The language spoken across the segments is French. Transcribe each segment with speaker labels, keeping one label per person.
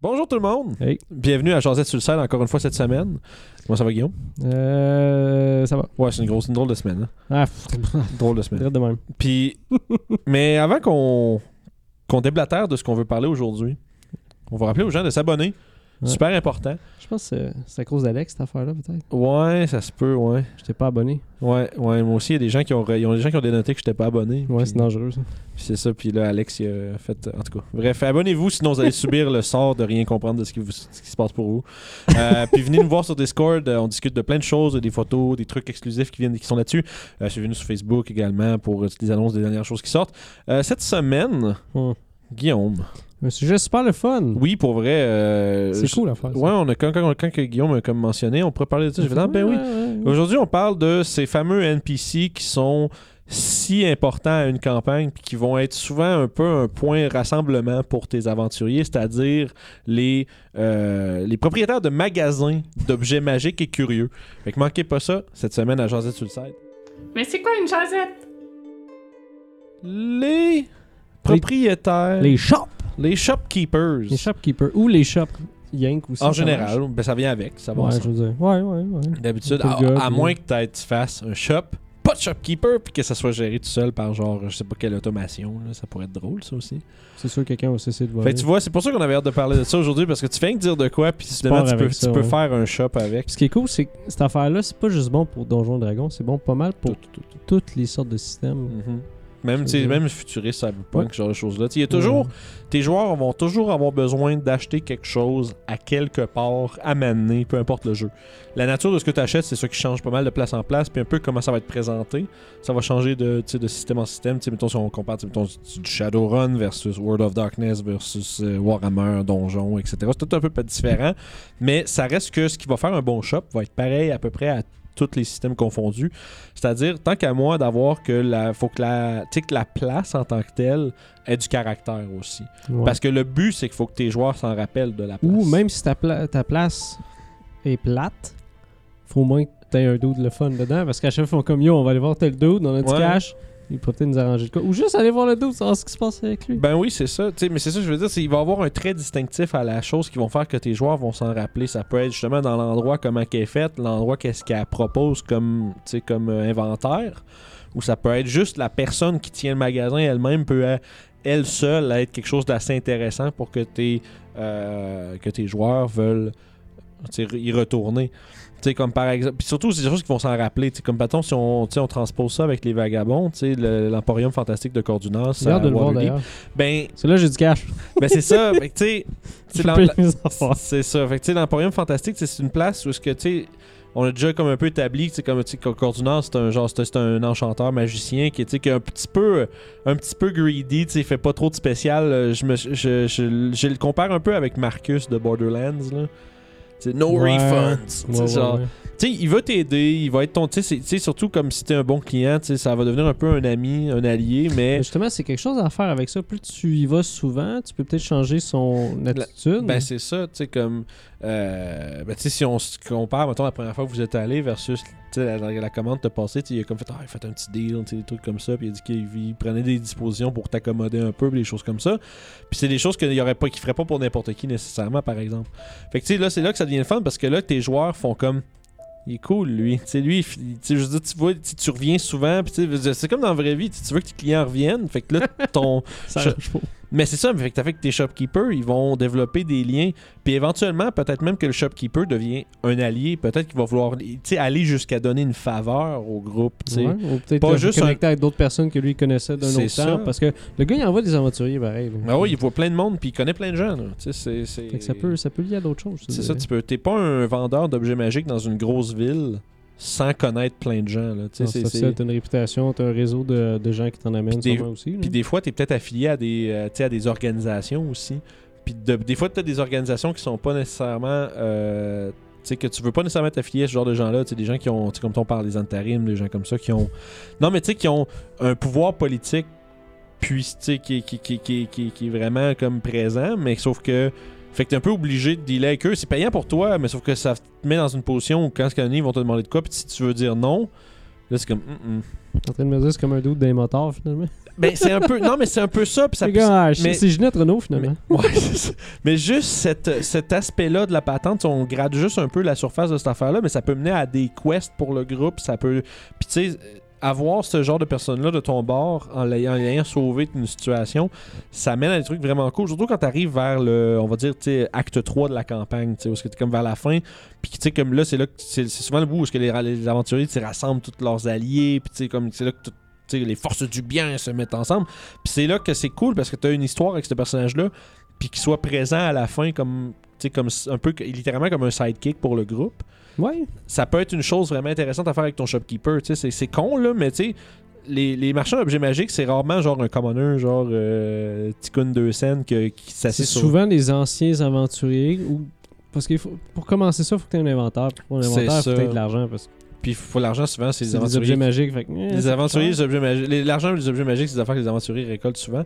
Speaker 1: Bonjour tout le monde.
Speaker 2: Hey.
Speaker 1: Bienvenue à Josette sur le sel encore une fois cette semaine. Comment ça va Guillaume?
Speaker 2: Euh, ça va.
Speaker 1: Ouais, c'est une grosse, une drôle de semaine. hein.
Speaker 2: Ah, pff,
Speaker 1: Drôle de semaine.
Speaker 2: direct de même.
Speaker 1: Puis, mais avant qu'on qu'on déblatère de ce qu'on veut parler aujourd'hui, on va rappeler aux gens de s'abonner.
Speaker 2: Ouais.
Speaker 1: Super important.
Speaker 2: Je pense que c'est- c'est à cause d'Alex, cette affaire-là, peut-être.
Speaker 1: Ouais, ça se peut, ouais.
Speaker 2: Je t'ai pas abonné.
Speaker 1: Ouais, ouais, moi aussi, il y a des gens qui ont, re- il y a des gens qui ont dénoté que j'étais pas abonné.
Speaker 2: Ouais,
Speaker 1: Puis-
Speaker 2: c'est dangereux, ça.
Speaker 1: puis c'est ça, puis là, Alex, il a fait. En tout cas, bref, abonnez-vous, sinon vous allez subir le sort de rien comprendre de ce qui, vous- ce qui se passe pour vous. Euh, puis venez nous voir sur Discord, euh, on discute de plein de choses, des photos, des trucs exclusifs qui, viennent, qui sont là-dessus. Euh, Suivez-nous sur Facebook également pour euh, toutes les annonces des dernières choses qui sortent. Euh, cette semaine,
Speaker 2: Hum.
Speaker 1: Guillaume.
Speaker 2: Un sujet super le fun.
Speaker 1: Oui, pour vrai. euh,
Speaker 2: c'est
Speaker 1: je-
Speaker 2: cool, l'affaire. ça.
Speaker 1: Ouais, on a, quand, quand, quand que Guillaume a comme mentionné, on pourrait parler de ça. J'ai fait, ah, ben oui.
Speaker 2: ouais, ouais.
Speaker 1: Aujourd'hui, on parle de ces fameux NPC qui sont si importants à une campagne puis qui vont être souvent un peu un point rassemblement pour tes aventuriers, c'est-à-dire les, euh, les propriétaires de magasins d'objets magiques et curieux. Fait que manquez pas ça cette semaine à Jazette sur le site.
Speaker 3: Mais c'est quoi une jasette?
Speaker 1: Les propriétaires, les,
Speaker 2: Les shops.
Speaker 1: shopkeepers,
Speaker 2: Les shopkeepers. Ou les shops Yank aussi.
Speaker 1: en
Speaker 2: ça marche.
Speaker 1: général, ben, ça vient avec, ça va
Speaker 2: Ouais,
Speaker 1: ensemble.
Speaker 2: je veux dire. Ouais, ouais, ouais.
Speaker 1: D'habitude,
Speaker 2: Tout le
Speaker 1: à,
Speaker 2: gars,
Speaker 1: à
Speaker 2: puis-
Speaker 1: moins que t'aies- tu fasses un shop, pas de shopkeeper, puis que ça soit géré tout seul par genre, je sais pas quelle automation, là, ça pourrait être drôle ça aussi.
Speaker 2: C'est sûr que quelqu'un va cesser de voir.
Speaker 1: Fait que tu vois, c'est pour ça qu'on avait hâte de parler de ça aujourd'hui, parce que tu fais rien que dire de quoi, puis finalement
Speaker 2: pars
Speaker 1: tu, peux,
Speaker 2: avec ça,
Speaker 1: tu peux
Speaker 2: ouais.
Speaker 1: faire un shop avec.
Speaker 2: Ce qui est cool, c'est que cette affaire-là, c'est pas juste bon pour Donjon Dragon, c'est bon pas mal pour
Speaker 1: Tout, tout, tout.
Speaker 2: toutes les sortes de systèmes.
Speaker 1: Mhm. Même, tu
Speaker 2: Je veux
Speaker 1: sais,
Speaker 2: dire.
Speaker 1: même futuriste, cyberpunk,
Speaker 2: Ouais.
Speaker 1: ce genre de choses-là. Tu sais, Il y a toujours, tes joueurs vont toujours avoir besoin d'acheter quelque chose à quelque part, à m'amener, peu importe le jeu. La nature de ce que tu achètes, c'est ça qui change pas mal de place en place, puis un peu comment ça va être présenté. Ça va changer de, tu sais, de système en système. Tu sais, mettons, si on compare tu sais, mettons, du du Shadowrun versus World of Darkness versus euh, Warhammer, Donjon, etc. C'est tout un peu pas différent, mais ça reste que ce qui va faire un bon shop va être pareil à peu près à tous les systèmes confondus. C'est-à-dire, tant qu'à moi, d'avoir que la, faut que la, tu sais, que la place en tant que telle ait du caractère aussi.
Speaker 2: Ouais.
Speaker 1: Parce que le but, c'est qu'il faut que tes joueurs s'en rappellent de la place.
Speaker 2: Ou même si ta, pla- ta place est plate, faut au moins que t'aies un dude le fun dedans. Parce qu'à chaque fois, on comme yo, on va aller voir tel dude, on a du
Speaker 1: Ouais.
Speaker 2: cash. Il peut peut-être nous arranger le cas. Ou juste aller voir le dude, savoir ce qui se passe avec lui.
Speaker 1: Ben oui, c'est ça. Tu sais, mais c'est ça que je veux dire. c'est Il va avoir un trait distinctif à la chose qui vont faire que tes joueurs vont s'en rappeler. Ça peut être justement dans l'endroit comment qu'elle est faite, l'endroit qu'est-ce qu'elle propose comme, tu sais, comme euh, inventaire. Ou ça peut être juste la personne qui tient le magasin elle-même peut, euh, elle seule, être quelque chose d'assez intéressant pour que tes, euh, que tes joueurs veulent tu sais, y retourner. Tu sais, comme par exemple. Puis surtout, c'est des choses qui vont s'en rappeler. Tu sais, comme mettons, si on, tu sais, on transpose ça avec les vagabonds, tu sais, le- l'Emporium Fantastique de Cordunas.
Speaker 2: J'ai
Speaker 1: à
Speaker 2: hâte de le voir
Speaker 1: Waterdeep.
Speaker 2: d'ailleurs.
Speaker 1: Ben,
Speaker 2: C'est là, j'ai du cash.
Speaker 1: ben c'est ça, Fait que, tu sais,
Speaker 2: Je
Speaker 1: tu sais,
Speaker 2: peux
Speaker 1: l'em-
Speaker 2: payer mes affaires.
Speaker 1: c'est ça. Fait que, tu sais, l'Emporium Fantastique, tu sais, c'est une place où ce que tu sais, on a déjà comme un peu établi, tu sais, comme tu sais, Cor- Cordunan, c'est un genre, c'est c'est un enchanteur magicien qui, est, tu sais, qui est un petit peu, un petit peu greedy, tu sais, il fait pas trop de spécial. Euh, Je me, je, je, je- je le compare un peu avec Marcus de Borderlands là. Tu sais, no
Speaker 2: Ouais.
Speaker 1: refunds. Tu sais,
Speaker 2: Ouais, ouais,
Speaker 1: genre,
Speaker 2: ouais.
Speaker 1: tu sais, il va t'aider, il va être ton, tu sais, c'est- tu sais, surtout comme si t'es un bon client, tu sais, ça va devenir un peu un ami, un allié, mais
Speaker 2: Mais Justement, c'est quelque chose à faire avec ça. Plus tu y vas souvent, tu peux peut-être changer son attitude.
Speaker 1: Ben, c'est ça, tu sais, comme. euh, ben, tu sais, si on se compare, mettons, la première fois que vous êtes allé versus tu sais, la, la- la commande t'a passé, tu sais, il a comme fait, ah, il a fait un petit deal, tu sais, des trucs comme ça, puis il a dit qu'il il prenait des dispositions pour t'accommoder un peu, puis des choses comme ça. Puis c'est des choses qu'il y aurait pas, qu'il ferait pas pour n'importe qui nécessairement, par exemple. Fait que, tu sais, là, c'est là que ça devient le fun parce que là, tes joueurs font comme. Il est cool, lui. Tu sais, lui, il fi- tu sais, je veux dire, tu vois, tu sais, tu reviens souvent. puis tu sais, je veux dire, c'est comme dans la vraie vie. Tu sais, tu veux que tes clients reviennent. Fait que là, ton,
Speaker 2: ça
Speaker 1: je-
Speaker 2: marche pas.
Speaker 1: mais c'est ça, fait que t'as fait que tes shopkeepers, ils vont développer des liens. Puis éventuellement, peut-être même que le shopkeeper devient un allié. Peut-être qu'il va vouloir tu sais, aller jusqu'à donner une faveur au groupe. tu sais.
Speaker 2: Ouais, ou peut-être
Speaker 1: pas
Speaker 2: le
Speaker 1: juste
Speaker 2: reconnecter avec d'autres personnes que lui connaissait d'un
Speaker 1: C'est
Speaker 2: autre
Speaker 1: ça.
Speaker 2: temps. Parce que le gars, il envoie des aventuriers pareil. là.
Speaker 1: Mais oui, il voit plein de monde, puis il connaît plein de gens. là. Tu sais, c'est- c'est-
Speaker 2: Fait que ça peut, ça peut lier à d'autres choses.
Speaker 1: C'est ça, tu peux. T'es pas un vendeur d'objets magiques dans une grosse ville sans connaître plein de gens. Là. Tu sais,
Speaker 2: Non,
Speaker 1: c'est-
Speaker 2: ça,
Speaker 1: c'est-
Speaker 2: ça, t'as une réputation, t'as un réseau de, de gens qui t'en amènent
Speaker 1: Puis des-
Speaker 2: sûrement aussi. là.
Speaker 1: Puis des fois, t'es peut-être affilié à des, euh, tu sais, à des organisations aussi. Puis de- des fois, t'as des organisations qui sont pas nécessairement. euh, tu sais, que tu veux pas nécessairement t'affilier à ce genre de gens-là. Tu sais, des gens qui ont. tu sais, comme on parle des antarimes, des gens comme ça, qui ont. Non, mais tu sais, qui ont un pouvoir politique, puis, tu sais, qui, qui, qui, qui, qui- qui est vraiment comme présent, mais sauf que. Fait que t'es un peu obligé de dealer avec eux. C'est payant pour toi, mais sauf que ça te met dans une position où quand ce qu'il y en a, ils vont te demander de quoi, puis si tu veux dire non, là, c'est comme. Hum, hum.
Speaker 2: T'es en train de me dire c'est comme un doute des motards finalement.
Speaker 1: ben, c'est un peu. Non, mais c'est un peu ça. Puis ça
Speaker 2: Les gars, ah,
Speaker 1: mais-
Speaker 2: c'est Ginette Renault finalement.
Speaker 1: Mais, ouais, c'est ça. Mais juste cette- cet aspect-là de la patente, on grade juste un peu la surface de cette affaire-là, mais ça peut mener à des quests pour le groupe, ça peut... Puis tu sais, avoir ce genre de personne-là de ton bord en l'ayant en l'ayant sauvé d'une situation, ça mène à des trucs vraiment cool, surtout quand t'arrives vers le, on va dire, tu sais, acte 3 de la campagne, tu sais, où est-ce que t'es comme vers la fin, puis tu sais, comme là, c'est là que c'est c'est souvent le bout où est-ce que les, les aventuriers, tu sais, rassemblent tous leurs alliés, puis tu sais, comme c'est là que tout- tu sais, les forces du bien se mettent ensemble. Puis c'est là que c'est cool parce que t'as une histoire avec ce personnage-là puis qu'il soit présent à la fin comme tu sais, comme s- un peu que- littéralement comme un sidekick pour le groupe
Speaker 2: Ouais.
Speaker 1: ça peut être une chose vraiment intéressante à faire avec ton shopkeeper tu sais c'est- c'est con là mais tu sais les, les marchands d'objets magiques c'est rarement genre un commoner genre euh, Tikkun de Sen que- qui
Speaker 2: C'est
Speaker 1: s'assied sur
Speaker 2: souvent des anciens aventuriers ou. Parce que pour commencer ça, faut que tu aies un inventaire. Pour un
Speaker 1: C'est
Speaker 2: inventaire, faut que
Speaker 1: ça.
Speaker 2: tu de l'argent. Parce que
Speaker 1: puis faut l'argent souvent c'est
Speaker 2: c'est
Speaker 1: des
Speaker 2: des
Speaker 1: aventuriers
Speaker 2: objets magiques. Fait que, eh,
Speaker 1: les
Speaker 2: ça coûte
Speaker 1: aventuriers,
Speaker 2: cher.
Speaker 1: les objets magiques- les- l'argent des objets magiques, c'est des affaires que les aventuriers récoltent souvent.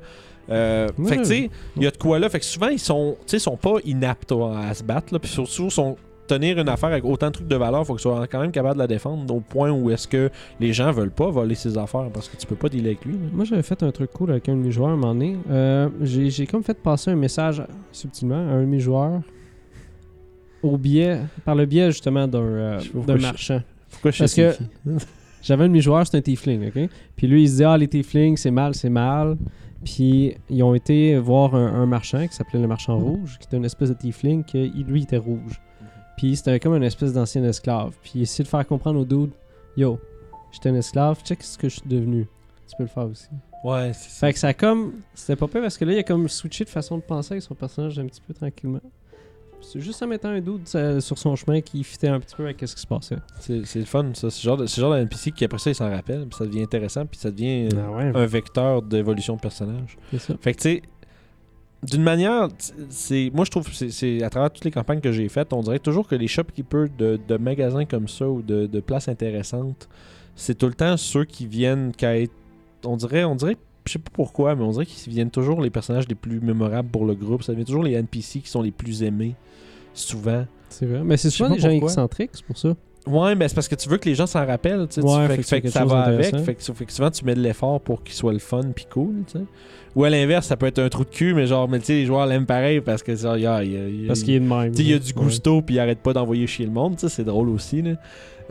Speaker 1: Euh,
Speaker 2: Ouais.
Speaker 1: Fait que tu sais, il y a de quoi là. Fait que souvent, ils sont, tu sais, ils sont pas inaptes à, à se battre. là. Puis surtout, sont tenir une affaire avec autant de trucs de valeur, faut qu'ils soient quand même capables de la défendre au point où est-ce que les gens veulent pas voler ses affaires parce que tu peux pas dealer avec lui. là.
Speaker 2: eh. Moi, j'avais fait un truc cool avec un de mes joueurs à un moment donné. Euh, j'ai, j'ai comme fait passer un message subtilement à un de mes joueurs au biais, par le biais justement d'un, euh,
Speaker 1: Je sais pas pourquoi
Speaker 2: d'un
Speaker 1: je-
Speaker 2: marchand.
Speaker 1: Pourquoi je
Speaker 2: Parce
Speaker 1: sais
Speaker 2: que-
Speaker 1: c'est qui?
Speaker 2: J'avais un de mes joueurs, c'est un tiefling, ok? Puis lui, il se dit Ah, les tieflings, c'est mal, c'est mal. Puis ils ont été voir un, un marchand qui s'appelait le marchand rouge, qui était une espèce de tiefling, que il- lui, il était rouge. Puis c'était comme une espèce d'ancien esclave. Puis il essayait de faire comprendre aux dudes Yo, j'étais un esclave, check ce que je suis devenu. Tu peux le faire aussi.
Speaker 1: Ouais, c'est ça.
Speaker 2: Fait que ça a comme. C'était pas pire parce que là, il a comme switché de façon de penser avec son personnage un petit peu tranquillement. C'est juste en mettant un doute sur son chemin qui fitait un petit peu avec ce qui se passait.
Speaker 1: C'est c'est le fun, ça. C'est le genre, de- c'est le genre de NPC qui, après ça, il s'en rappelle. Puis ça devient intéressant. Puis ça devient euh,
Speaker 2: Ah ouais,
Speaker 1: un vecteur d'évolution de personnage.
Speaker 2: c'est ça.
Speaker 1: Fait que tu sais, d'une manière, t- c'est moi je trouve que c'est- c'est à travers toutes les campagnes que j'ai faites, on dirait toujours que les shopkeepers de, de magasins comme ça ou de, de places intéressantes, c'est tout le temps ceux qui viennent qu'à être, on dirait, on dirait, je sais pas pourquoi, mais on dirait qu'ils viennent toujours les personnages les plus mémorables pour le groupe. Ça devient toujours les NPC qui sont les plus aimés, souvent.
Speaker 2: C'est vrai. Mais c'est
Speaker 1: Je sais
Speaker 2: souvent
Speaker 1: pas
Speaker 2: des gens
Speaker 1: pourquoi.
Speaker 2: excentriques, c'est pour ça.
Speaker 1: Ouais, ben c'est parce que tu veux que les gens s'en rappellent, tu sais. tu-
Speaker 2: Ouais,
Speaker 1: fait, que-
Speaker 2: fait que c'est
Speaker 1: fait que
Speaker 2: quelque
Speaker 1: ça
Speaker 2: chose
Speaker 1: va avec,
Speaker 2: d'intéressant.
Speaker 1: fait que, fait que souvent tu mets de l'effort pour qu'il soit le fun puis cool, tu sais. Ou à l'inverse, ça peut être un trou de cul, mais genre, mais tu sais, les joueurs l'aiment pareil parce que, genre, il y a, il y a- il y a-
Speaker 2: Parce qu'il est de même.
Speaker 1: tu sais, il y a du
Speaker 2: Ouais.
Speaker 1: gusto puis il arrête pas d'envoyer chier le monde, tu sais, c'est drôle aussi, là.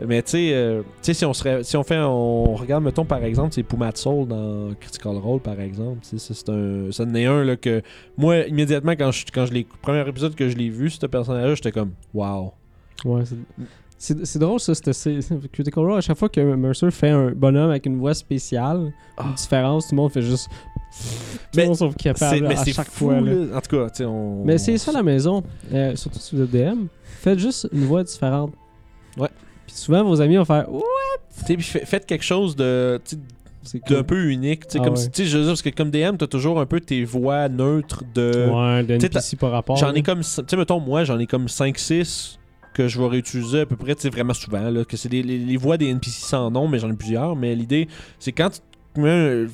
Speaker 1: Mais tu sais, euh, tu sais, si on serait, si on fait, on regarde, mettons par exemple, c'est Puma de Soul dans Critical Role, par exemple, tu sais, ça, c'est un, ça en est un, là, que moi, immédiatement, quand je, quand je l'ai, premier épisode que je l'ai vu, ce personnage-là, j'étais comme, wow.
Speaker 2: Ouais, c'est- c'est c'est drôle ça, c'était- c'est Critical Role. À chaque fois que Mercer fait un bonhomme avec une voix spéciale,
Speaker 1: Ah.
Speaker 2: une différence, tout le monde fait juste. Tout
Speaker 1: Mais
Speaker 2: le monde sauf
Speaker 1: C'est-
Speaker 2: capable
Speaker 1: mais
Speaker 2: à
Speaker 1: c'est
Speaker 2: chaque
Speaker 1: fou,
Speaker 2: fois. là.
Speaker 1: là. En tout cas, tu sais, on.
Speaker 2: Mais c'est ça la maison. Euh, surtout si vous êtes DM. Faites juste une voix différente.
Speaker 1: Ouais.
Speaker 2: Puis souvent, vos amis vont faire Ouh!
Speaker 1: Tu sais, puis fait- faites quelque chose de. tu sais,
Speaker 2: C'est
Speaker 1: d'un peu unique, tu sais,
Speaker 2: Ah
Speaker 1: comme
Speaker 2: ouais.
Speaker 1: si- tu sais, je veux dire, parce que comme DM, t'as toujours un peu tes voix neutres de.
Speaker 2: Ouais, d'un
Speaker 1: euh, t'sais, t'as-
Speaker 2: NPC par rapport.
Speaker 1: J'en
Speaker 2: là.
Speaker 1: ai comme, tu sais, mettons, moi, j'en ai comme 5-6 que je vais réutiliser à peu près, tu sais, vraiment souvent, là, que c'est des- les, les voix des NPC sans nom, mais j'en ai plusieurs, mais l'idée, c'est quand tu te mets un-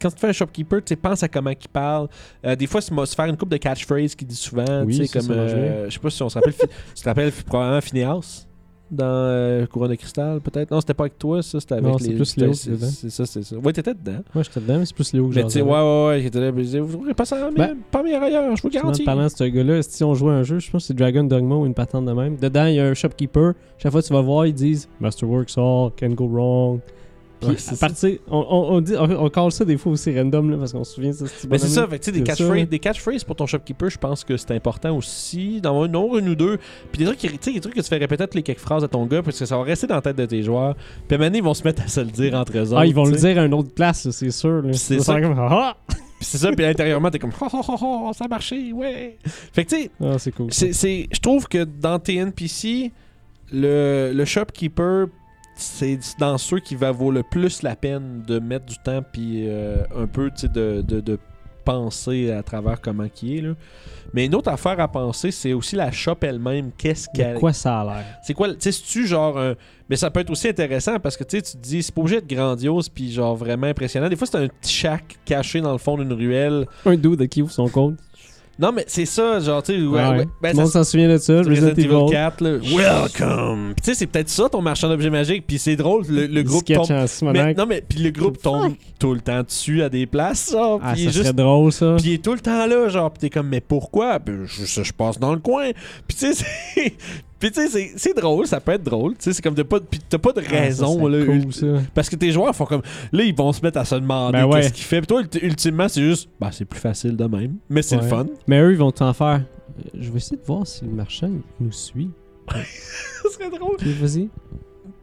Speaker 1: Quand tu fais un shopkeeper, tu sais, pense à comment il parle. Euh, des fois, c'est mo- se faire une coupe de catchphrase qu'il dit souvent.
Speaker 2: Oui,
Speaker 1: tu sais,
Speaker 2: ça,
Speaker 1: comme.
Speaker 2: ça marche
Speaker 1: euh, je sais pas si on se rappelle. Fi- tu te rappelles probablement Phineas dans euh, Couronne de Cristal, peut-être. Non, c'était pas avec toi, ça. C'était avec
Speaker 2: Non,
Speaker 1: les.
Speaker 2: c'est plus Léo
Speaker 1: c'était-
Speaker 2: qui était
Speaker 1: C'est c'est ça, c'est ça. Ouais, t'étais dedans.
Speaker 2: Moi, j'étais dedans, mais c'est plus Léo que
Speaker 1: Mais tu sais,
Speaker 2: j'ai.
Speaker 1: ouais, ouais, ouais. qui était là, puis il disait, Vous trouverez pas ça
Speaker 2: Ben,
Speaker 1: pas meilleur ailleurs, je vous
Speaker 2: En
Speaker 1: garantis.
Speaker 2: parlant de ce gars-là, si on jouait à un jeu, je pense que c'est Dragon Dogma ou une patente de même. Dedans, il y a un shopkeeper. Chaque fois que tu vas voir, ils disent Masterworks all, can go wrong. Puis
Speaker 1: Ouais,
Speaker 2: à
Speaker 1: c'est ça.
Speaker 2: partir, on, on, on dit, on, on call ça des fois aussi random là, parce qu'on se souvient de ce petit
Speaker 1: Mais Ben, c'est ça,
Speaker 2: bonhomme-là.
Speaker 1: fait que, tu sais, des
Speaker 2: C'est ça, hein.
Speaker 1: catchphrases,
Speaker 2: ouais.
Speaker 1: des catchphrases pour ton shopkeeper, je pense que c'est important aussi. D'en avoir une, non, une ou deux. Puis des trucs, qui- tu sais, des trucs que tu fais répéter toutes les quelques phrases à ton gars, parce que ça va rester dans la tête de tes joueurs. Puis à un moment donné, ils vont se mettre à se le dire entre eux autres.
Speaker 2: Ah, ils vont
Speaker 1: tu
Speaker 2: le
Speaker 1: sais.
Speaker 2: dire à une autre place, là, c'est sûr. là.
Speaker 1: C'est
Speaker 2: Ils vont
Speaker 1: ça.
Speaker 2: faire comme, Ah!
Speaker 1: Puis c'est ça, puis intérieurement, t'es comme, oh, oh, oh, oh, ça a marché, ouais. Fait que tu sais,
Speaker 2: Ah, c'est cool.
Speaker 1: c'est, c'est- je trouve que dans tes NPC, le, le shopkeeper, c'est dans ceux qui va vaut le plus la peine de mettre du temps puis euh, un peu tu sais, de, de, de penser à travers comment qui est. Là. Mais une autre affaire à penser, c'est aussi la shop elle-même. Qu'est-ce
Speaker 2: De
Speaker 1: qu'elle.
Speaker 2: quoi ça a l'air
Speaker 1: C'est quoi, le- tu sais, tu genre un- Mais ça peut être aussi intéressant parce que tu sais, tu te dis, c'est pas obligé d'être grandiose puis genre vraiment impressionnant. Des fois, c'est un petit shack caché dans le fond d'une ruelle
Speaker 2: Un dude qui ouvre son compte. Ah,
Speaker 1: Non, mais c'est ça, genre, tu sais. Ouais, ouais. Ben,
Speaker 2: Tout
Speaker 1: ça
Speaker 2: le monde s'en souvient de ça. Resident Evil
Speaker 1: 4, là. Welcome! Puis tu sais, c'est peut-être ça ton marchand d'objets magiques. Puis c'est drôle, le, le groupe
Speaker 2: sketch
Speaker 1: tombe.
Speaker 2: en
Speaker 1: Mais,
Speaker 2: Simonac.
Speaker 1: non, mais puis le groupe tombe tout le temps dessus à des places, genre.
Speaker 2: Ah,
Speaker 1: puis il
Speaker 2: ça
Speaker 1: est juste
Speaker 2: serait drôle, ça.
Speaker 1: Puis il est tout le temps là, genre, pis t'es comme, mais pourquoi? Puis je, je- je passe dans le coin. Puis tu sais, c'est- puis tu sais, c'est- c'est drôle, ça peut être drôle. Tu sais, c'est comme, de pas, pis t'as pas de raison,
Speaker 2: Ah, ça
Speaker 1: là.
Speaker 2: serait cool,
Speaker 1: ulti-
Speaker 2: ça.
Speaker 1: Parce que tes joueurs font comme, là, ils vont se mettre à se demander
Speaker 2: Ben ouais.
Speaker 1: qu'est-ce qu'il fait. Puis toi, ulti- ultimement, c'est juste, bah, c'est plus facile de même. Mais c'est le
Speaker 2: Ouais.
Speaker 1: fun.
Speaker 2: Mais eux, ils vont t'en faire. Euh, Je vais essayer de voir si le marchand il nous suit.
Speaker 1: ça serait drôle.
Speaker 2: Ok, vas-y.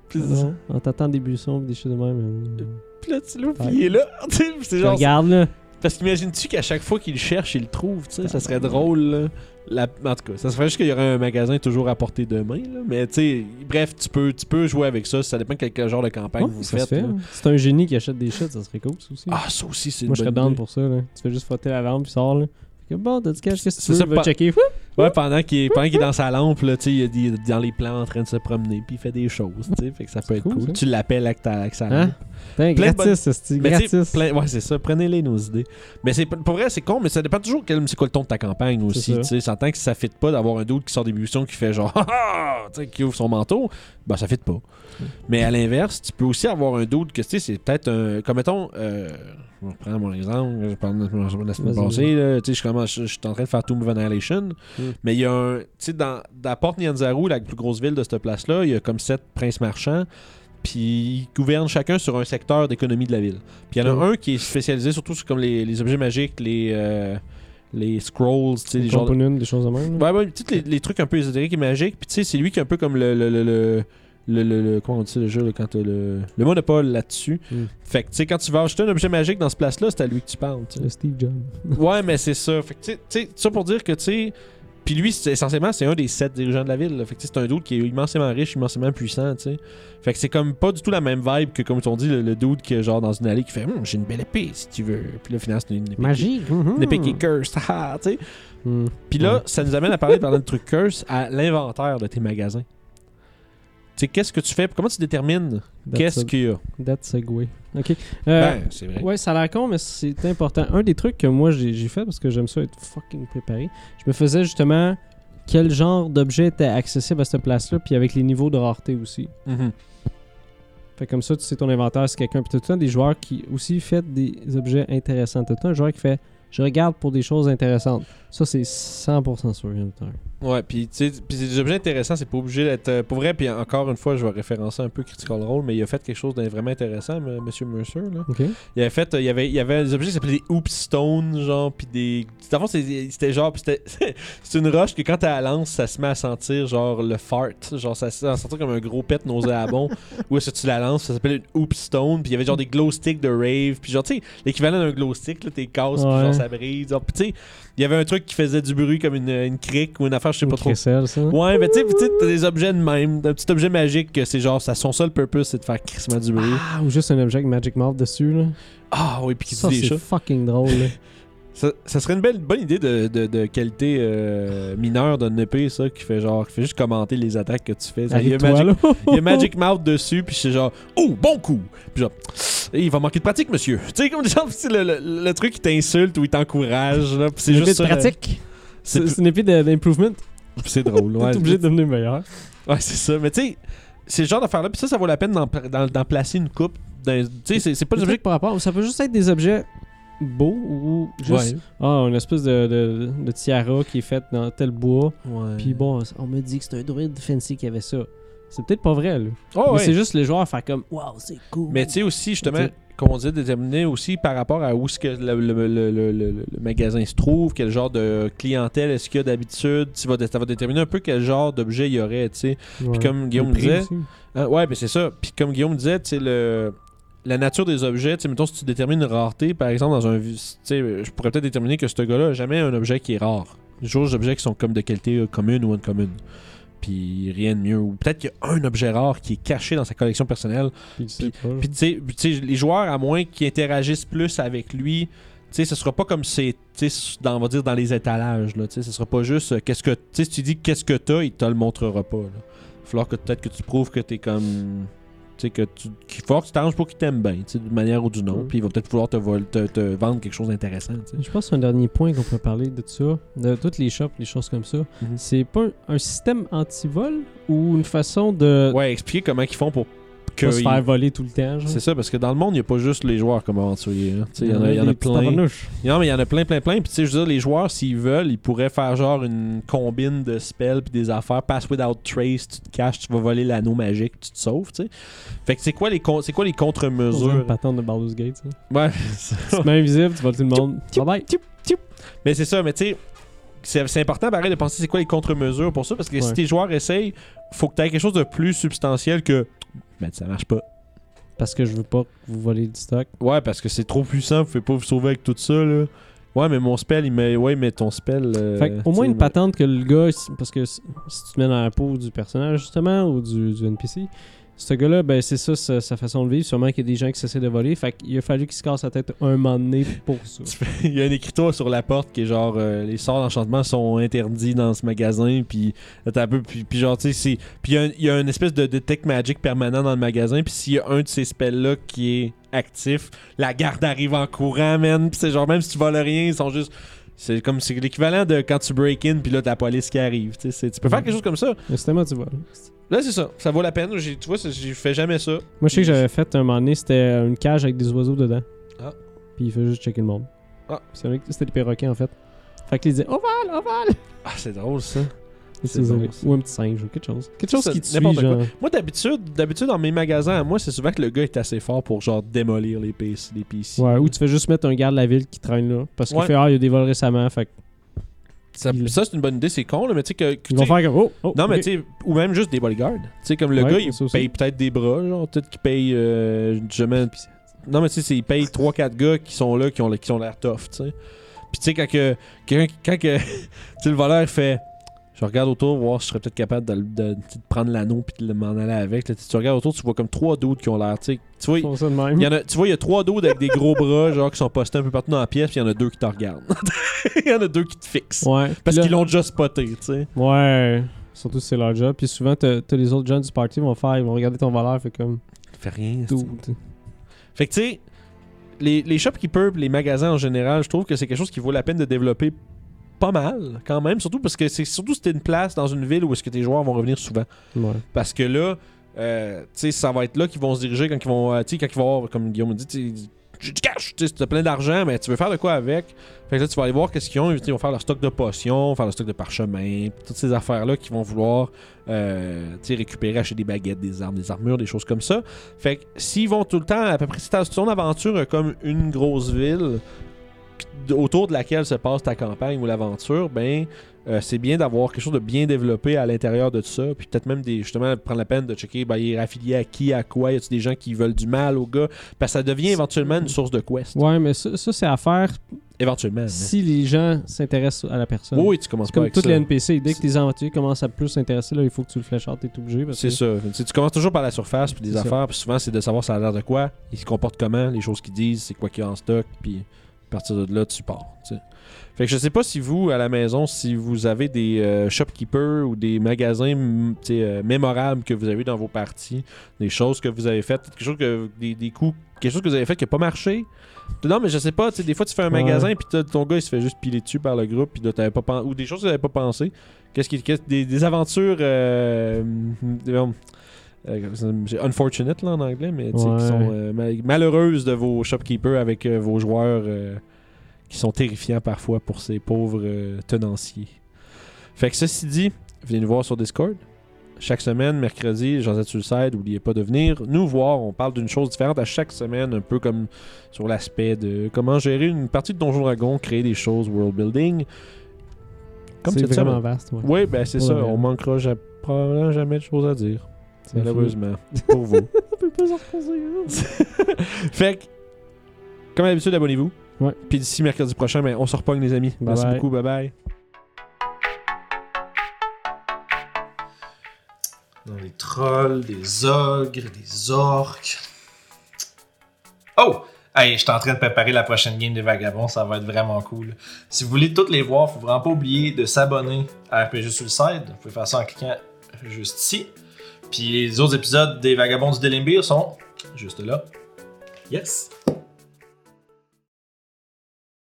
Speaker 1: Puis
Speaker 2: Non, on t'attend des buissons pis des choses de même. euh,
Speaker 1: puis là, tu l'ouvres, puis il est là. Tu sais, puis c'est genre,
Speaker 2: Regarde, là.
Speaker 1: parce qu'imagines-tu qu'à chaque fois qu'il le cherche, il le trouve, tu sais, ça serait drôle, là. La- en tout cas, ça serait juste qu'il y aurait un magasin toujours à portée de main, là. Mais tu sais, bref, tu peux, tu peux jouer avec ça, ça dépend de quel genre de campagne
Speaker 2: Ouais,
Speaker 1: vous
Speaker 2: ça
Speaker 1: faites.
Speaker 2: se fait.
Speaker 1: là.
Speaker 2: hein. C'est un génie qui achète des shots, ça serait cool, ça aussi.
Speaker 1: Ah, ça aussi, c'est
Speaker 2: Moi, je serais
Speaker 1: bonne
Speaker 2: down
Speaker 1: idée.
Speaker 2: pour ça, là. Tu fais juste frotter la lampe, puis sors, là. Fait que bon, t'as du cash, qu'est-ce que tu
Speaker 1: C'est
Speaker 2: veux?
Speaker 1: ça,
Speaker 2: va
Speaker 1: pas-
Speaker 2: checker.
Speaker 1: Ouais, pendant qu'il est, pendant qu'il est dans sa lampe, là, tu sais, il est- il est dans les plans en train de se promener, puis il fait des choses, tu sais, fait que ça peut
Speaker 2: C'est
Speaker 1: être
Speaker 2: cool,
Speaker 1: cool.
Speaker 2: ça.
Speaker 1: Tu l'appelles avec, ta- avec sa lampe.
Speaker 2: Hein? Putain,
Speaker 1: Ah. Plein de bonnes-
Speaker 2: gratis, ça, c'est
Speaker 1: Mais tu sais,
Speaker 2: gratis.
Speaker 1: plein- ouais, c'est ça. Prenez-les, nos idées. Mais c'est pour vrai, c'est con, mais ça dépend toujours quel, c'est quoi le ton de ta campagne aussi.
Speaker 2: ça.
Speaker 1: Tu sais, s'entend que ça fit pas d'avoir un doute qui sort des buissons qui fait genre, Ah, ah tu sais, qui ouvre son manteau, ben ça fit pas. Mais à l'inverse, tu peux aussi avoir un doute que, tu sais, c'est peut-être un. Comme mettons, euh, je vais prendre mon exemple, je parle de la semaine- la semaine
Speaker 2: Vas-y.
Speaker 1: passée, là, tu sais, je commence- je je suis en train de faire Tomb of Annihilation,
Speaker 2: Mm.
Speaker 1: mais il y a un. Tu sais, dans, dans la porte Nyanzaru, la plus grosse ville de cette place-là, il y a comme sept princes marchands. Puis ils gouvernent chacun sur un secteur d'économie de la ville. Puis il y en a
Speaker 2: Mm.
Speaker 1: un qui est spécialisé surtout sur comme les, les objets magiques, les, euh, les scrolls, tu sais, les
Speaker 2: Des
Speaker 1: genres de-
Speaker 2: components, des choses de même. là.
Speaker 1: Ouais, ouais, tous les, les trucs un peu ésotériques et magiques. Puis tu sais, c'est lui qui est un peu comme le. le, le, le- le- le- le- comment on dit ça, le jeu, là, quand t'as le, le monopole là-dessus.
Speaker 2: Mm.
Speaker 1: Fait que, tu sais, quand tu vas acheter un objet magique dans ce place-là, c'est à lui que tu parles. tu sais.
Speaker 2: Le Steve Jobs.
Speaker 1: ouais, mais c'est ça. Fait que, tu sais- tu sais, ça pour dire que, tu sais, puis lui, c'est- essentiellement, c'est un des sept dirigeants de la ville. là. Fait que, tu sais, c'est un dude qui est immensément riche, immensément puissant, tu sais. Fait que c'est comme pas du tout la même vibe que, comme on dit, le, le dude qui est genre dans une allée qui fait Hum, j'ai une belle épée si tu veux. Puis là, finalement, c'est une épée. qui-
Speaker 2: Magique. mhm.
Speaker 1: Une épée qui est cursed, haha, tu sais.
Speaker 2: Mhm.
Speaker 1: Puis là,
Speaker 2: Ouais.
Speaker 1: ça nous amène à parler, parlant de trucs curse, à l'inventaire de tes magasins. Tu sais, qu'est-ce que tu fais? Comment tu détermines
Speaker 2: That's
Speaker 1: qu'est-ce
Speaker 2: a-
Speaker 1: qu'il y a?
Speaker 2: That's a way. OK. Euh,
Speaker 1: Ben, c'est vrai.
Speaker 2: Ouais, ça a l'air con, mais c'est important. Un des trucs que moi j'ai j'ai fait parce que j'aime ça être fucking préparé, je me faisais justement quel genre d'objet était accessible à cette place-là, puis avec les niveaux de rareté aussi.
Speaker 1: Mhm.
Speaker 2: Fait comme ça, tu sais ton inventaire, c'est quelqu'un. Puis t'as tout le temps des joueurs qui aussi fait des objets intéressants. T'as tout le temps un joueur qui fait je regarde pour des choses intéressantes. Ça, c'est 100% sur l'inventaire.
Speaker 1: Ouais, puis tu sais, puis c'est des objets intéressants, c'est pas obligé d'être. euh, pour vrai, puis encore une fois, je vais référencer un peu Critical Role, mais il a fait quelque chose de vraiment intéressant, M. Monsieur Mercer. Là.
Speaker 2: OK?
Speaker 1: Il avait fait. euh, il, y avait, il y avait des objets qui s'appelaient des Hoopstones, genre, puis des. Dans le fond, c'est- c'était genre. puis c'était- C'est une roche que quand t'as la lance, ça se met à sentir, genre, le fart. Genre, ça se met à sentir comme un gros pet nauséabond. Ou est-ce que tu la lances, ça s'appelle une Hoopstone, puis il y avait genre des glow sticks de rave, puis genre, tu sais, l'équivalent d'un glow stick, là, t'es casse, puis
Speaker 2: Ouais.
Speaker 1: genre, ça brise. Genre, puis tu sais, il y avait un truc qui faisait du bruit comme une, une crique ou une affaire, je sais
Speaker 2: Une hein?
Speaker 1: pas trop.
Speaker 2: crécelle, ça.
Speaker 1: Ouais, mais tu sais, pis tu sais, t'as des objets de même, un petit objet magique que c'est genre, ça, son seul purpose, c'est de faire crissement du bruit.
Speaker 2: Ah, ou juste un objet avec Magic Mouth dessus, là.
Speaker 1: Ah oui, puis qui
Speaker 2: Ça,
Speaker 1: dit des
Speaker 2: c'est
Speaker 1: chats.
Speaker 2: fucking drôle, là.
Speaker 1: Ça, ça serait une belle, bonne idée de, de- de qualité euh, mineure d'un épée, ça, qui fait genre, qui fait juste commenter les attaques que tu fais. Ça, Il y, a
Speaker 2: Avec toi,
Speaker 1: Magic,
Speaker 2: là.
Speaker 1: il y a Magic Mouth dessus, puis c'est genre, oh, bon coup! Puis genre, il va manquer de pratique, monsieur. Tu sais, comme genre, c'est le, le- le truc qui t'insulte ou il t'encourage, là, puis c'est
Speaker 2: Une
Speaker 1: juste.
Speaker 2: épée
Speaker 1: ça,
Speaker 2: de
Speaker 1: la-
Speaker 2: pratique.
Speaker 1: C'est
Speaker 2: C'est c'est une épée de- d'improvement.
Speaker 1: c'est drôle, ouais.
Speaker 2: T'es obligé de devenir meilleur.
Speaker 1: Ouais, c'est ça. Mais tu sais, c'est le genre d'affaire-là. Puis ça, ça vaut la peine d'en, pla- d'en- d'en placer une coupe. dans- Tu sais, c'est, c'est pas des
Speaker 2: Des
Speaker 1: objets.
Speaker 2: trucs par rapport. Ça peut juste être des objets beaux ou juste. Ah, une espèce de, de, de tiara qui est faite dans tel bois.
Speaker 1: ouais.
Speaker 2: Puis bon, on me dit que c'est un druide fancy qui avait ça. C'est peut-être pas vrai, là.
Speaker 1: Oh,
Speaker 2: Mais
Speaker 1: ouais.
Speaker 2: c'est juste les joueurs faire comme Waouh, c'est cool.
Speaker 1: Mais tu sais aussi, justement,
Speaker 2: Tu sais.
Speaker 1: comme on dit, déterminer aussi par rapport à où est-ce que le, le- le- le- le- le magasin se trouve, quel genre de clientèle est-ce qu'il y a d'habitude. Tu vas, dé- ça va déterminer un peu quel genre d'objet il y aurait, tu sais.
Speaker 2: Ouais.
Speaker 1: comme Guillaume
Speaker 2: Le prix
Speaker 1: disait,
Speaker 2: aussi.
Speaker 1: Ah, ouais, mais c'est ça. Puis comme Guillaume disait, tu sais, le... la nature des objets, tu sais, mettons, si tu détermines une rareté, par exemple, dans un. vi- Tu sais, je pourrais peut-être déterminer que ce gars-là a jamais un objet qui est rare. Toujours des objets qui sont comme de qualité euh, commune ou incommune. Puis rien de mieux. Ou peut-être qu'il y a un objet rare qui est caché dans sa collection personnelle.
Speaker 2: Puis, c'est pas-
Speaker 1: Puis tu sais- puis, tu sais, les joueurs, à moins qu'ils interagissent plus avec lui, tu sais, ce sera pas comme c'est, tu sais, dans, on va dire, dans les étalages, là, tu sais, ce sera pas juste, euh, qu'est-ce que, tu sais, si tu dis qu'est-ce que t'as, il te le montrera pas, là. Falloir que peut-être que tu prouves que t'es comme, tu tu sais, que tu, qu'il faut que tu t'arranges pour qu'il t'aime bien, tu sais, d'une manière ou d'une autre.
Speaker 2: Mm.
Speaker 1: Puis il va peut-être vouloir te, vol- te, te vendre quelque chose d'intéressant. tu sais.
Speaker 2: Je pense qu'un dernier point qu'on peut parler de ça, de toutes les shops, les choses comme ça,
Speaker 1: Mhm.
Speaker 2: c'est pas un, un système anti-vol ou une façon de
Speaker 1: Ouais, expliquer comment ils font pour que.
Speaker 2: Euh, pas se
Speaker 1: ils-
Speaker 2: faire voler tout le temps. genre.
Speaker 1: C'est ça, parce que dans le monde, il n'y a pas juste les joueurs comme aventuriers. hein. Tu sais, Il y, en a- il y en
Speaker 2: des
Speaker 1: a
Speaker 2: petits
Speaker 1: plein.
Speaker 2: tabarnouches.
Speaker 1: Non, mais il y en a plein, plein, plein. Puis, tu sais, je veux dire, les joueurs, s'ils veulent, ils pourraient faire genre une combine de spells puis des affaires. Pass without trace, tu te caches, tu vas voler l'anneau magique, tu te sauves, tu sais. Fait que c'est quoi les, con- c'est quoi les
Speaker 2: On dirait une
Speaker 1: contre-mesures?
Speaker 2: patente de Baldur's Gate. ça.
Speaker 1: Ouais.
Speaker 2: Tu te mets invisible, tu voles tout le monde. Bye bye.
Speaker 1: mais c'est ça, mais tu sais, c'est c'est important, pareil, de penser c'est quoi les contre-mesures pour ça, parce que si
Speaker 2: Ouais.
Speaker 1: tes joueurs essayent, faut que tu aies quelque chose de plus substantiel que. Ben, ça marche pas.
Speaker 2: Parce que je veux pas que vous volez du stock.
Speaker 1: Ouais, parce que c'est trop puissant, vous pouvez pas vous sauver avec tout ça, là. Ouais, mais mon spell, il met. Ouais, mais ton spell. euh,
Speaker 2: Fait au
Speaker 1: tu
Speaker 2: moins
Speaker 1: sais,
Speaker 2: une patente que le gars, si- parce que si si tu te mets dans la peau du personnage justement ou du, du NPC, ce gars-là, ben c'est ça sa, sa façon de vivre. Sûrement qu'il y a des gens qui s'essaient de voler. Fait qu'il a fallu qu'il se casse la tête un moment donné pour ça.
Speaker 1: Tu fais- Il y a un écriteau sur la porte qui est genre euh, les sorts d'enchantement sont interdits dans ce magasin puis attends un peu puis, puis genre tu sais c'est puis il y a un- il y, a une espèce de, de tech magic permanent dans le magasin puis s'il y a un de ces spells là qui est actif la garde arrive en courant man puis c'est genre même si tu voles rien ils sont juste c'est comme c'est l'équivalent de quand tu break in puis là t'as la police qui arrive tu sais c'est- tu peux faire quelque chose comme ça
Speaker 2: Mais c'est tellement du vol.
Speaker 1: là c'est ça ça vaut la peine J'ai- tu vois c'est- j'ai fait jamais ça
Speaker 2: Moi, je sais que j'avais fait un moment donné, c'était une cage avec des oiseaux dedans.
Speaker 1: Ah.
Speaker 2: Puis il fait juste checker le monde.
Speaker 1: Ah.
Speaker 2: C'est vrai que C'était des perroquets en fait. Fait qu'il disait Oh, ovale, ovale.
Speaker 1: ah c'est drôle ça
Speaker 2: Et
Speaker 1: C'est
Speaker 2: c'est-
Speaker 1: bon, ça.
Speaker 2: ou un petit singe ou quelque chose. Quelque chose
Speaker 1: Ça,
Speaker 2: qui te suit,
Speaker 1: n'importe quoi.
Speaker 2: genre.
Speaker 1: Moi, d'habitude, d'habitude dans mes magasins, à moi, c'est souvent que le gars est assez fort pour genre démolir les PC. Les PC.
Speaker 2: Ouais, ou tu fais juste mettre un garde de la ville qui traîne là. Parce qu'il
Speaker 1: Ouais.
Speaker 2: fait, ah, il y a des vols récemment. Fait
Speaker 1: ça,
Speaker 2: Il-
Speaker 1: ça, c'est une bonne idée, c'est con, là, mais tu sais que. que, tu
Speaker 2: qu'ils vont
Speaker 1: sais-
Speaker 2: faire comme, oh, oh,
Speaker 1: Non, mais
Speaker 2: ok.
Speaker 1: tu sais, ou même juste des bodyguards. Tu sais, comme le
Speaker 2: Ouais,
Speaker 1: gars, il
Speaker 2: ça aussi.
Speaker 1: paye peut-être des bras, genre, peut-être qu'il paye. euh, je mets- Non, mais tu sais, c'est- il paye 3-4 gars qui sont là, qui ont, qui ont l'air tough, tu sais. Puis tu sais, quand que. Quand, quand que. tu sais, le voleur, il fait. Je regarde autour, voir si je serais peut-être capable de, le- de- tu sais, de prendre l'anneau puis de le- m'en aller avec. là. Tu sais, tu regardes autour, tu vois comme trois doutes qui ont l'air, tu sais. Tu vois,
Speaker 2: Ils font ça de même.
Speaker 1: Il y en a, tu vois, il y a trois dos avec des gros bras, genre, qui sont postés un peu partout dans la pièce, puis il y en a deux qui te regardent. il y en a deux qui te fixent.
Speaker 2: Ouais.
Speaker 1: Parce
Speaker 2: Puis là-
Speaker 1: qu'ils l'ont déjà spoté, tu sais.
Speaker 2: Ouais. Surtout si c'est leur job. Puis souvent, t'as t'as les autres gens du party vont faire, ils vont regarder ton valeur. Fait comme,
Speaker 1: Fait rien.
Speaker 2: tout.
Speaker 1: Fait que, tu sais, les, les shopkeepers, pis les magasins en général, je trouve que c'est quelque chose qui vaut la peine de développer pas mal, quand même. Surtout parce que c'est surtout si t'es une place dans une ville où est-ce que tes joueurs vont revenir souvent.
Speaker 2: Ouais.
Speaker 1: Parce que là, euh, tu sais, ça va être là qu'ils vont se diriger quand ils vont, euh, tu sais, quand ils vont avoir, comme Guillaume a dit, tu sais, j'ai du cash, tu sais, t'as plein d'argent, mais tu veux faire de quoi avec? Fait que là, tu vas aller voir qu'est-ce qu'ils ont, ils vont faire leur stock de potions, faire leur stock de parchemins, toutes ces affaires-là qu'ils vont vouloir, euh, tu sais, récupérer, acheter des baguettes, des armes, des armures, des choses comme ça. Fait que s'ils vont tout le temps, à peu près, si ta- si ton aventure a comme une grosse ville d- autour de laquelle se passe ta campagne ou l'aventure, ben euh, c'est bien d'avoir quelque chose de bien développé à l'intérieur de tout ça, puis peut-être même des, justement prendre la peine de checker, ben, il est affilié à qui, à quoi, y a-t-il des gens qui veulent du mal au gars, parce que ça devient éventuellement une source de quest,
Speaker 2: Ouais, mais ça, ça, c'est à faire
Speaker 1: Ah, éventuellement. hein.
Speaker 2: si les gens s'intéressent à la personne.
Speaker 1: Oui, tu commences
Speaker 2: C'est
Speaker 1: pas
Speaker 2: comme
Speaker 1: avec
Speaker 2: toutes
Speaker 1: ça.
Speaker 2: les NPC. Dès que tes aventuriers commencent à plus s'intéresser, là, il faut que tu le flash out, t'es obligé. parce
Speaker 1: C'est
Speaker 2: que-
Speaker 1: ça. Tu sais, tu commences toujours par la surface, puis des
Speaker 2: E C'est ça.
Speaker 1: affaires, puis souvent c'est de savoir ça a l'air de quoi, ils se comportent comment, les choses qu'ils disent, c'est quoi qu'il y a en stock, puis à partir de là, tu pars. tu sais. Fait que je sais pas si vous, à la maison, si vous avez des euh, shopkeepers ou des magasins mm, tu sais, euh, mémorables que vous avez eu dans vos parties, des choses que vous avez faites, quelque chose que des, des coups, quelque chose que vous avez fait qui a pas marché. Non, mais je sais pas, tu sais, des fois tu fais un
Speaker 2: Ouais.
Speaker 1: magasin puis t'as- ton gars il se fait juste piler dessus par le groupe puis là, t'avais pas pen- ou des choses que t'avais pas pensé. Qu'est-ce qui qu'est-ce- des, des aventures euh, mm, euh, euh, c'est unfortunate là en anglais mais tu sais,
Speaker 2: Ouais.
Speaker 1: qui sont euh, mal- malheureuses de vos shopkeepers avec euh, vos joueurs euh, qui sont terrifiants parfois pour ces pauvres euh, tenanciers. Fait que ceci dit, venez nous voir sur Discord. Chaque semaine, mercredi, jean sur le site, n'oubliez pas de venir nous voir. On parle d'une chose différente à chaque semaine, un peu comme sur l'aspect de comment gérer une partie de Donjon Dragon, créer des choses, world building. Comme
Speaker 2: c'est
Speaker 1: cette
Speaker 2: vraiment
Speaker 1: semaine.
Speaker 2: vaste. Ouais.
Speaker 1: Oui, ben c'est
Speaker 2: Pour
Speaker 1: ça.
Speaker 2: la
Speaker 1: On
Speaker 2: merde.
Speaker 1: manquera ja- probablement jamais de choses à dire.
Speaker 2: C'est
Speaker 1: Malheureusement. Pour vous.
Speaker 2: fini. On peut pas s'en reposer, hein.
Speaker 1: Fait que, comme d'habitude, abonnez-vous.
Speaker 2: Ouais.
Speaker 1: Puis d'ici mercredi prochain, ben, on se repogne, les amis.
Speaker 2: Bye
Speaker 1: Merci
Speaker 2: bye.
Speaker 1: beaucoup. Bye bye.
Speaker 4: dans les trolls, des ogres, des orques. Oh! Hey, je suis en train de préparer la prochaine game des Vagabonds, ça va être vraiment cool. Si vous voulez toutes les voir, faut vraiment pas oublier de s'abonner à RPG Suicide. Vous pouvez faire ça en cliquant juste ici. Puis les autres épisodes des Vagabonds du Delimbir sont juste là. Yes!